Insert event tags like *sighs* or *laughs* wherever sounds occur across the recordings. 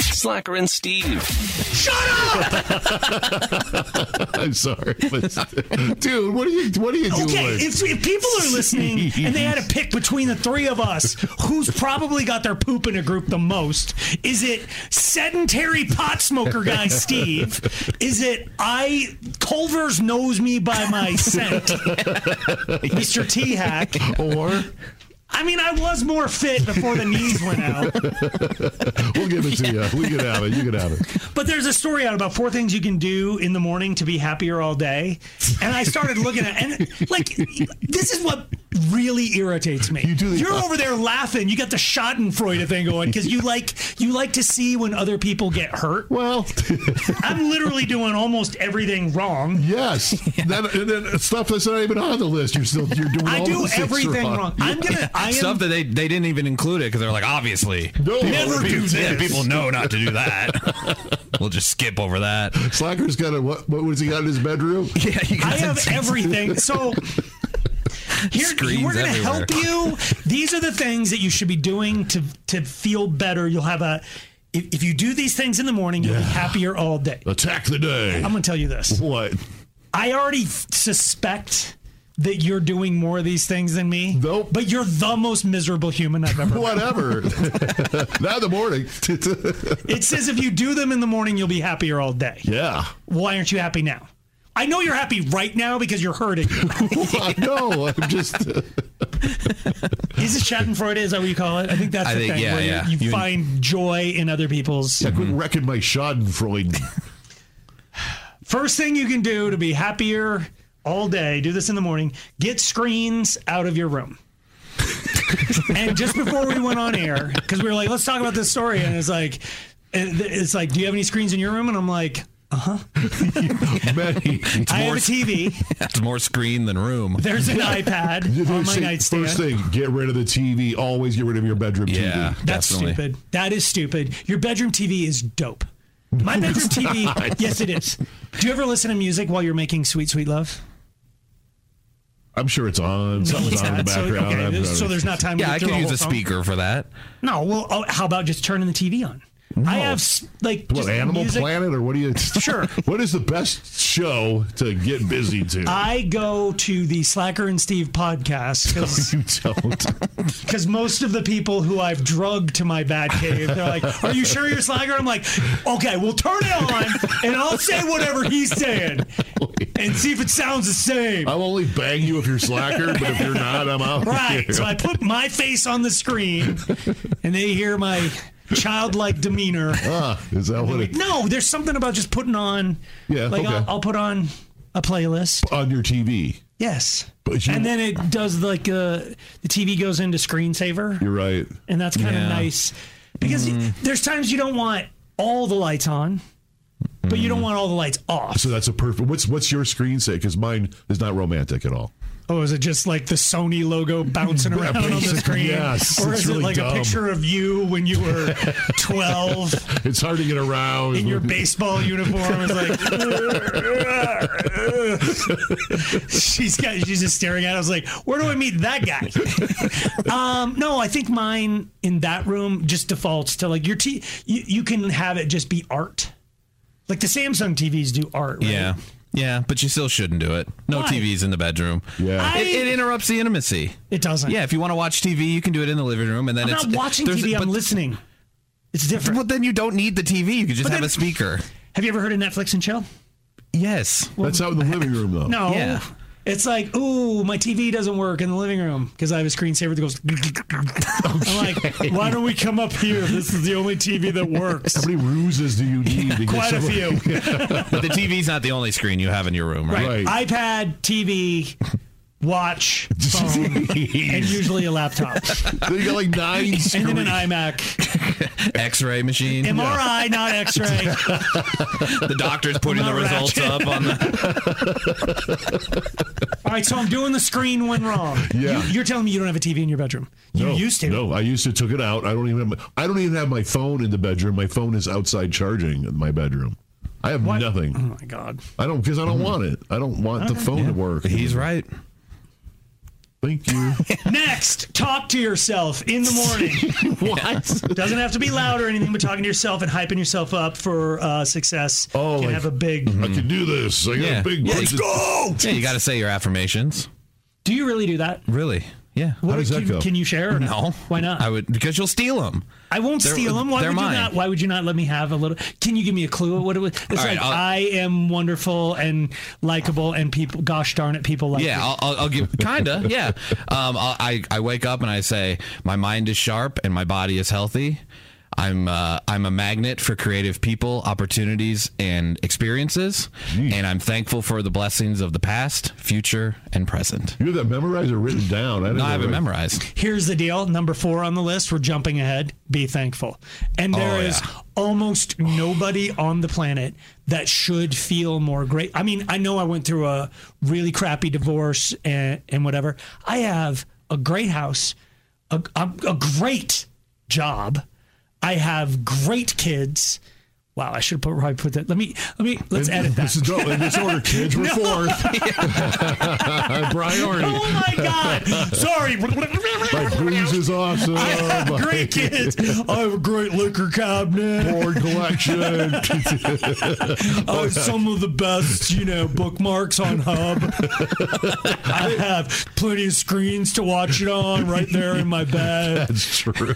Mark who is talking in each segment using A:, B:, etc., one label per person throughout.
A: Slacker and Steve.
B: I'm sorry, but- *laughs* dude. What are you? What are you doing?
C: Okay, if, if people are listening and they had to pick between the three of us, who's probably got their poop in a group the most? Is it sedentary pot smoker guy Steve? Is it I Culver's knows me by my scent, Mr. T Hack?
B: or
C: I mean, I was more fit before the knees went out.
B: we'll give
C: *laughs*
B: it to you. We can have it. You can have it.
C: But there's a story out about four things you can do in the morning to be happier all day. And I started looking at and like this is what really irritates me.
B: You do the-
C: are over there laughing. You got the Schadenfreude thing going because you like you like to see when other people get hurt.
B: Well, *laughs*
C: I'm literally doing almost everything wrong.
B: yes. That, and then stuff that's not even on the list. You're still you're doing.
C: I
B: all
C: do
B: those things
C: everything wrong. I'm
D: *laughs*
C: gonna I am
D: stuff that they, they didn't even include it because they're like, obviously,
B: No,
D: people-
B: never do
D: people, yeah,
B: this.
D: people know not to do that.
B: *laughs*
D: we'll just skip over that.
B: Slacker's got a what? What was he got in his bedroom?
D: *laughs* Yeah, you
C: I
D: *laughs*
C: have
B: *laughs*
C: everything. So here
D: Screens
C: we're going to
D: everywhere.
C: help you. These are the things that you should be doing to to feel better. You'll have a if, if you do these things in the morning, you'll be happier all day.
B: Attack the day.
C: I'm going to tell you this.
B: what?
C: I already f- suspect that you're doing more of these things than me.
B: Nope.
C: But you're the most miserable human I've
B: *laughs*
C: ever. met.
B: Whatever. now the morning. *laughs*
C: It says if you do them in the morning, you'll be happier all day.
B: yeah.
C: Why aren't you happy now? I know you're happy right now because
B: *laughs*
C: you're hurting. *laughs*
B: Well, no, I'm just.
C: Is it Schadenfreude? Is that what you call it? I think that's
D: I
C: the
D: think-
C: thing
D: yeah,
C: where you-
D: yeah.
C: you,
D: You-
C: find joy in other people's.
B: I quit wrecking my
C: *laughs*
B: Schadenfreude.
C: First thing you can do to be happier all day, do this in the morning, get screens out of your room. *laughs* and just before we went on air, because we were like, let's talk about this story, and it's like, and th- it's like, do you have any screens in your room? And I'm like,
B: Many.
C: I have a
D: Morse.
C: TV.
D: It's more screen than room.
C: There's an iPad
B: You know,
C: on my
B: say-
C: nightstand.
B: First thing, get rid of the TV. Always get rid of your bedroom
D: Yeah,
B: TV.
C: That's
D: definitely.
C: stupid. That is stupid. Your bedroom TV is dope. My
B: *laughs*
C: bedroom TV, yes, it is. Do you ever listen to music while you're making Sweet Sweet Love?
B: I'm sure it's on. Something's
C: It's
B: on in the
C: not. So,
B: background.
C: okay,
B: I'm-
C: there's- so there's not time. to
D: Yeah,
C: get
D: I
C: through
D: could
C: a
D: use
C: whole
D: a
C: song.
D: speaker for that.
C: No, well, oh, how about just turning the TV on? I have s- like
B: What
C: just
B: Animal
C: music.
B: Planet or what do you? *laughs*
C: Sure.
B: What is the best show to get busy to?
C: I go to the Slacker and Steve
B: *laughs*
C: podcast
B: you don't.
C: because most of the people who I've drugged to my bad cave, they're like, "Are you sure you're Slacker?" I'm like, "Okay, we'll turn it on, and I'll say whatever he's saying, and see if it sounds the same."
B: I'll only bang you if you're slacker, but if you're not, I'm out.
C: Right. So I put my face on the screen, and they hear my childlike demeanor.
B: *laughs* Ah, is that what it
C: No, there's something about just putting on.
B: Yeah,
C: Like
B: okay.
C: I'll, I'll put on a playlist.
B: on your TV?
C: Yes.
B: But you-
C: and then it does like uh, the TV goes into screensaver,
B: You're right.
C: and that's kind of
D: Yeah.
C: nice because
B: Mm.
C: y- there's times you don't want all the lights on, but you
B: Mm.
C: don't want all the lights off.
B: So that's a perfect. What's what's your screen say? Because mine is not romantic at all.
C: Oh, is it just like the Sony
B: *laughs*
C: logo bouncing around on the
B: basically,
C: screen?
B: yes.
C: Or
B: It's
C: is
B: really
C: it like
B: dumb.
C: a picture of you when you
B: *laughs*
C: were 12?
B: It's hard to get around.
C: in your
D: Mm-hmm.
C: baseball uniform is like *laughs* she's got she's just staring at it. I was like, where do I meet that guy? *laughs* um, no, I think mine in that room just defaults to like your t you, you can have it just be art. Like the Samsung TVs do art, right?
D: Yeah. Yeah, but you still shouldn't do it. No
C: Why?
D: TVs in the bedroom.
B: Yeah.
C: I-
D: It, it interrupts the intimacy.
C: It doesn't.
D: Yeah, if you want to watch TV, you can do it in the living room, and then
C: I'm
D: it's
C: not watching
D: there's-
C: TV. I'm
D: but-
C: listening. It's different.
D: Well, then you don't need the TV. You can just
C: But
D: have
C: then-
D: a *laughs* speaker.
C: Have you ever heard of Netflix and chill?
D: Yes.
B: That's out in the living room, though.
C: No.
D: Yeah.
C: It's like, ooh, my TV doesn't work in the living room because I have a screensaver that goes. *laughs* I'm like, why don't we come up here? This is the only TV that works.
B: How many ruses do you need? to get
C: *laughs* Quite a
B: someone- *laughs*
C: few.
D: But the TV's not the only screen you have in your room, right?
B: Right.
C: iPad, TV, watch,
B: *laughs*
C: phone, and usually a laptop,
B: They got like nine
D: *laughs*
C: and then an
B: screens.
C: iMac,
D: X-ray machine.
C: MRI, not
B: *laughs*
C: X-ray.
D: The doctor's putting the
C: Not
D: results
C: ratchet.
D: up on
C: *laughs*
D: the.
C: All right, so I'm doing the screen when wrong.
B: Yeah.
C: you, you're telling me you don't have a TV in your bedroom. You
B: No,
C: used to.
B: No, I used to took it out. I don't even have my, I don't even have my phone in the bedroom. My phone is outside charging in my bedroom. I have
C: Oh
B: nothing.
C: my god.
B: I don't because I don't want it. I don't want the phone to work.
D: He's right.
B: Thank you.
C: Next, talk to yourself in the morning.
D: *laughs*
B: what?
C: Doesn't have to be loud or anything, but talking to yourself and hyping yourself up for uh, success
B: Oh,
C: can
B: like-
C: have a big.
D: mm-hmm.
B: I can do this. I got
D: Yeah.
B: a big.
D: Yeah,
B: budget.
D: you- Yeah, you got to say your affirmations.
C: Do you really do that?
D: Really? Yeah.
C: What
B: does that
C: can,
B: go?
C: can you share? Or
D: No.
C: Why not?
D: I would because you'll steal them.
C: I won't
D: They're-
C: steal them. Why
D: they're
C: would
D: mine.
C: you not? Why would you not let me have a little? Can you give me a clue? What it was? It's
D: All right,
C: like
D: I'll-
C: I am wonderful and likable, and people. Gosh darn it, people like.
D: Yeah,
C: me.
D: I'll, I'll, I'll give kinda. Yeah, um, I'll, I I wake up and I say my mind is sharp and my body is healthy. I'm uh, I'm a magnet for creative people, opportunities, and experiences, and I'm thankful for the blessings of the past, future, and present.
B: You have that memorized or written down. I, didn't
D: No, I haven't
B: know.
D: memorized.
C: Here's the deal. Number four on the list. We're jumping ahead. Be thankful. And there
D: Oh,
C: is
D: yeah.
C: almost nobody on the planet that should feel more great. I mean, I know I went through a really crappy divorce and, and whatever. I have a great house, a, a, a great job. I have great kids. Wow, I should put, probably put that. Let me, let me, let's edit that.
B: This is dope. In this order, kids.
C: *laughs*
B: We're fourth. *laughs* Priority.
C: Oh my
D: *laughs*
C: God. Sorry.
B: My booze is awesome.
C: I have
B: *laughs*
C: great kids. I have a great liquor cabinet.
B: Porn collection. *laughs* Oh,
C: I have some of the best, you know, bookmarks on
B: *laughs*
C: Hub. I have plenty of screens to watch it on right there in my bed.
B: That's true.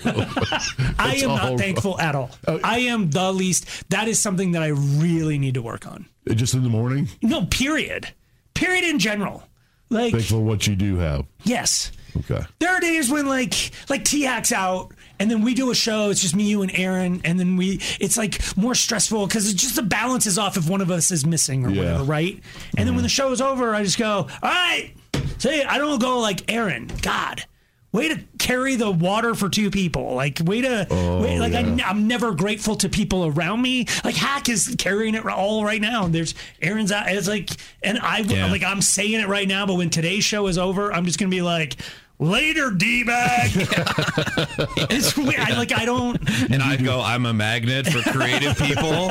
C: I am
B: all Oh,
C: not thankful at all. I am the least. That is something that I really need to work on.
B: Just in the morning.
C: No, period. Period in general. Like,
B: Thankful what you do have.
C: yes.
B: Okay.
C: There are days when like like T Hack's out and then we do a show, it's just me, you and Aaron, and then we it's like more stressful because it's just the balance is off if one of us is missing or
B: Yeah.
C: whatever, right? And then when the show is over, I just go, All right, say I don't go like Aaron, God. Way to carry the water for two people. Like, way to, way, like, I, am never grateful to people around me. Like, Hack is carrying it all right now. And there's Aaron's out. It's like, and I,
D: Yeah.
C: like, I'm saying it right now, but when today's show is over, I'm just going to be like, later, D bag. *laughs* it's weird. I, like, I don't,
D: And I'd go, I'm a magnet for creative people,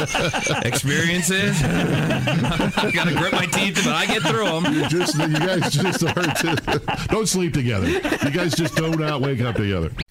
D: experiences. *laughs* I gotta grip my teeth, but I get through them.
B: Just you guys just aren't. Don't sleep together. You guys just do not wake up together.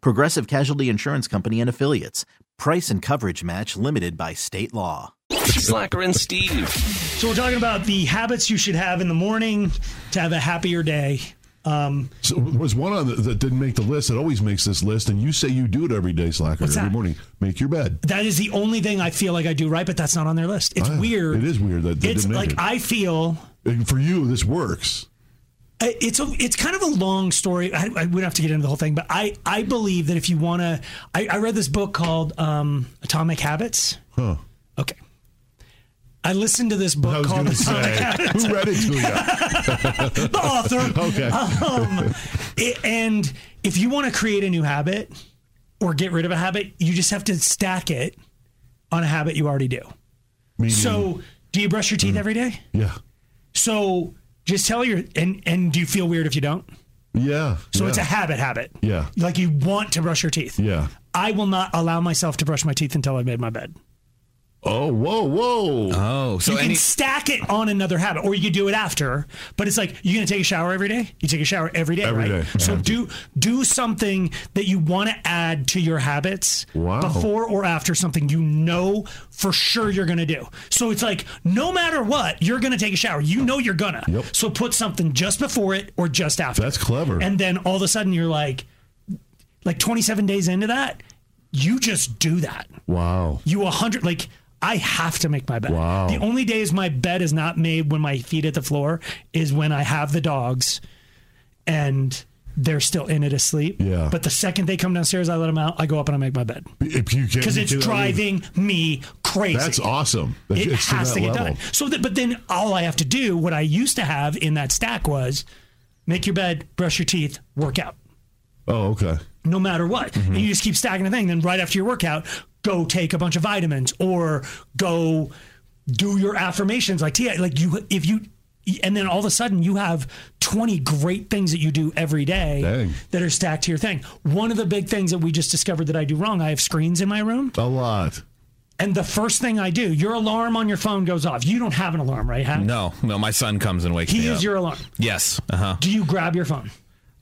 E: Progressive Casualty Insurance Company and Affiliates. Price and coverage match limited by state law.
A: Slacker and Steve.
C: So we're talking about the habits you should have in the morning to have a happier day. Um,
B: So there was one on the, that didn't make the list that always makes this list, and you say you do it every day, slacker,
C: What's
B: every
C: that?
B: morning. Make your bed.
C: that is the only thing I feel like I do right, but that's not on their list. It's
B: Ah,
C: weird.
B: It is weird that they
C: It's
B: didn't make
C: like
B: it.
C: I feel
B: and for you, this works. Huh.
C: um, Okay. I listened to this book
B: I was
C: called
B: going to
C: Atomic
B: say,
C: Habits.
B: who read it to you?
C: the author.
B: *laughs* Okay.
C: Um, it- and if you want to create a new habit or get rid of a habit, you just have to stack it on a habit you already do.
B: Meaning-
C: So, do you brush your teeth
B: Mm.
C: every day?
B: yeah.
C: So, just tell your and and do you feel weird if you don't?
B: Yeah.
C: So
B: yeah.
C: it's a habit habit.
B: Yeah.
C: Like you want to brush your teeth.
B: Yeah.
C: I will not allow myself to brush my teeth until I made my bed.
B: Oh, whoa, whoa.
D: Oh, so
C: you can
D: any
C: stack it on another habit, or you could do it after. But it's like you're gonna take a shower every day. You take a shower every day,
B: Every
C: right?
B: day,
C: So
B: yeah.
C: do do something that you want to add to your habits
B: Wow.
C: before or after something you know for sure you're gonna do. So it's like no matter what, you're gonna take a shower. You know you're gonna.
B: Yep.
C: So put something just before it or just after.
B: That's clever.
C: And then all of a sudden you're like, like 27 days into that, you just do that
B: wow.
C: you a hundred like I have to make my bed.
B: Wow.
C: The only days my bed is not made when my feet at the floor is when I have the dogs and they're still in it asleep.
B: Yeah.
C: But the second they come downstairs, I let them out. I go up and I make my bed
B: If you can,
C: because it's
B: you can-
C: driving me crazy.
B: That's awesome.
C: It
B: it's
C: has
B: that
C: to, get
B: level.
C: done. So, that, but then all I have to do, what I used to have in that stack was make your bed, brush your teeth, work out
B: Oh, okay.
C: no matter what. And you just keep stacking the thing. Then right after your workout, go take a bunch of vitamins or go do your affirmations like Tia. Like you, if you, and then all of a sudden you have 20 great things that you do every day
B: Dang.
C: that are stacked to your thing. One of the big things that we just discovered that I do wrong, I have screens in my room.
B: A lot.
C: And the first thing I do, your alarm on your phone goes off. You don't have an alarm, right? Hank?
D: no, no. My son comes and wakes
C: He
D: me
C: is
D: up.
C: your alarm.
D: yes, uh huh.
C: Do you grab your phone?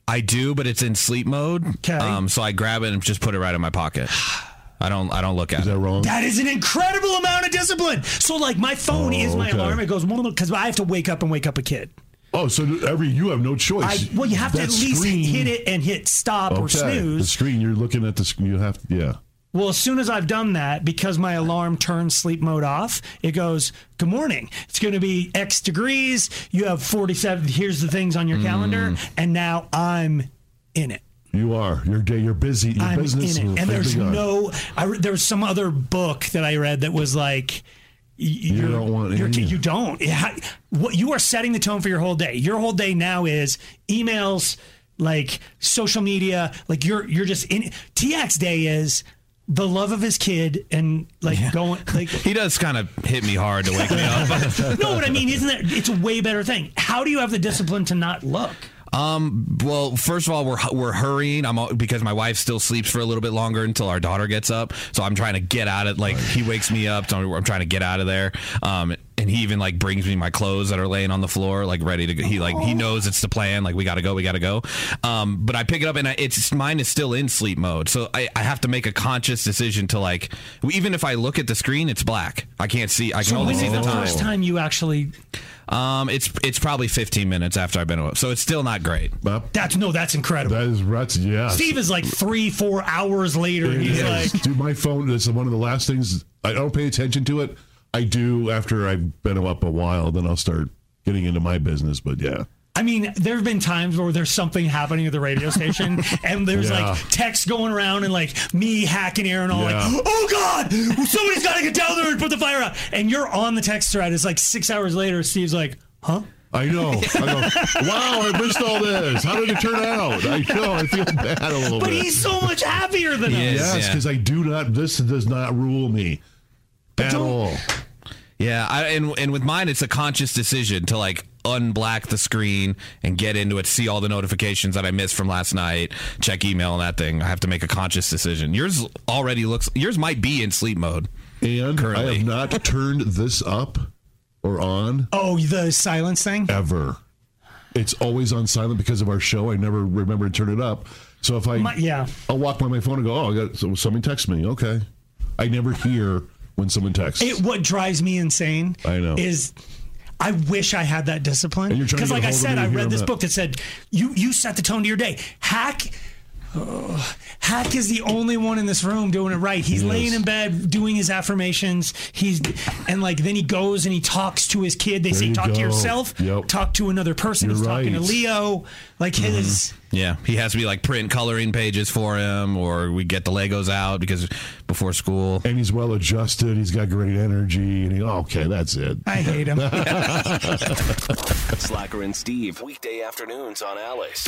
D: I do, but it's in sleep mode.
C: 'Kay.
D: Um, so I grab it and just put it right in my pocket. *sighs* I don't. I don't look at
B: Is
D: it.
B: that wrong?
C: That is an incredible amount of discipline. So, like, my phone
B: Oh,
C: is my
B: okay.
C: alarm. It goes because I have to wake up and wake up a kid.
B: oh, so every you have no choice.
C: I well, you have to
B: That
C: at least
B: screen-
C: hit it and hit stop
B: Okay.
C: or
B: The
C: snooze.
B: screen you're looking at the sc- you have to, yeah.
C: Well, as soon as I've done that, because my alarm turns sleep mode off, it goes, Good morning. It's going to be X degrees. You have 47. Here's the things on your
B: Mm.
C: calendar. And now I'm in it.
B: You are. Your day. You're busy. Your
C: I'm
B: business.
C: in
B: is
C: it. And there's
B: big on.
C: no, I, re- there was some other book that I read that was like, you
B: don't want
C: you're,
B: any.
C: you don't. It ha- What you are setting the tone for your whole day. Your whole day now is emails, like social media, like you're you're just in. TX day is the love of his kid and like going
B: *laughs*
C: like
D: He does kind of hit me hard to
C: *laughs*
D: wake me up.
C: no, but I mean, isn't that it's a way better thing? How do you have the discipline to not look?
D: Um. Well, first of all, we're we're hurrying. I'm all- because my wife still sleeps for a little bit longer until our daughter gets up. So I'm trying to get out of like he wakes me up. So I'm, I'm trying to get out of there. Um. And he even like brings me my clothes that are laying on the floor, like ready to. go. He like he knows it's the plan. Like we gotta go, we gotta go. Um. But I pick it up and I, it's mine is still in sleep mode. So I, I have to make a conscious decision to like even if I look at the screen, it's black. I can't see. I can
C: So
D: only
C: when
D: see
C: is
D: the
C: the
D: time.
C: first time you actually?
D: Um. It's it's probably 15 minutes after I've been up. So it's still not great.
B: Up.
C: That's no, that's incredible.
B: That is rats. Yeah.
C: Steve is like three, four hours later. and He's
B: Yes.
C: like,
B: Dude, my phone is one of the last things I don't pay attention to it. I do after I've been up a while, then I'll start getting into my business. But yeah,
C: I mean, there have been times where there's something happening at the
B: *laughs*
C: radio station, and there's
B: Yeah.
C: like texts going around, and like me hacking Aaron, all
B: Yeah.
C: like, oh God, somebody's got to get down there and put the fire out. And you're on the text thread. It's like six hours later, Steve's like, huh?
B: I know. I
C: *laughs*
B: go, wow, I missed all this. How did it turn out? I know. I feel *laughs* bad a little
C: But
B: bit.
C: he's so much happier than
D: He
C: us.
D: is.
B: yes,
D: Yeah.
B: because I do not. This does not rule me at
C: don't-
B: all.
D: Yeah, I, and and with mine, it's a conscious decision to like unblack the screen and get into it, see all the notifications that I missed from last night, check email and that thing. I have to make a conscious decision. Yours already looks. Yours might be in sleep mode.
B: And I
D: Currently.
B: have not turned this up or on
C: Oh, the silence thing?
B: ever. It's always on silent because of our show. I never remember to turn it up. So if I
C: My- yeah.
B: I'll walk by my phone and go, oh, I got so someone text me. Okay, I never hear when someone texts.
C: It, what drives me insane
B: I know.
C: is I wish I had that discipline.
B: And you're trying to
C: Because,
B: get
C: like
B: a
C: I
B: hold of
C: said,
B: me
C: I
B: to hear
C: read this
B: that.
C: book that said you you set the tone to your day. Hack. oh, Hack is the only one in this room doing it right. He's laying in bed doing his affirmations. He's and like then he goes and he talks to his kid. They
B: There
C: say
B: you
C: talk to
B: go.
C: yourself,
B: Yep.
C: talk to another person.
B: You're
C: He's talking to
B: right. Mm-hmm.
C: Leo. Like his
D: Yeah, he has to be like print coloring pages for him, or we get the Legos out because before school.
B: and he's well adjusted. He's got great energy. And he, okay, that's it.
C: I hate him.
B: *laughs*
A: Slacker and Steve, weekday afternoons on Alice.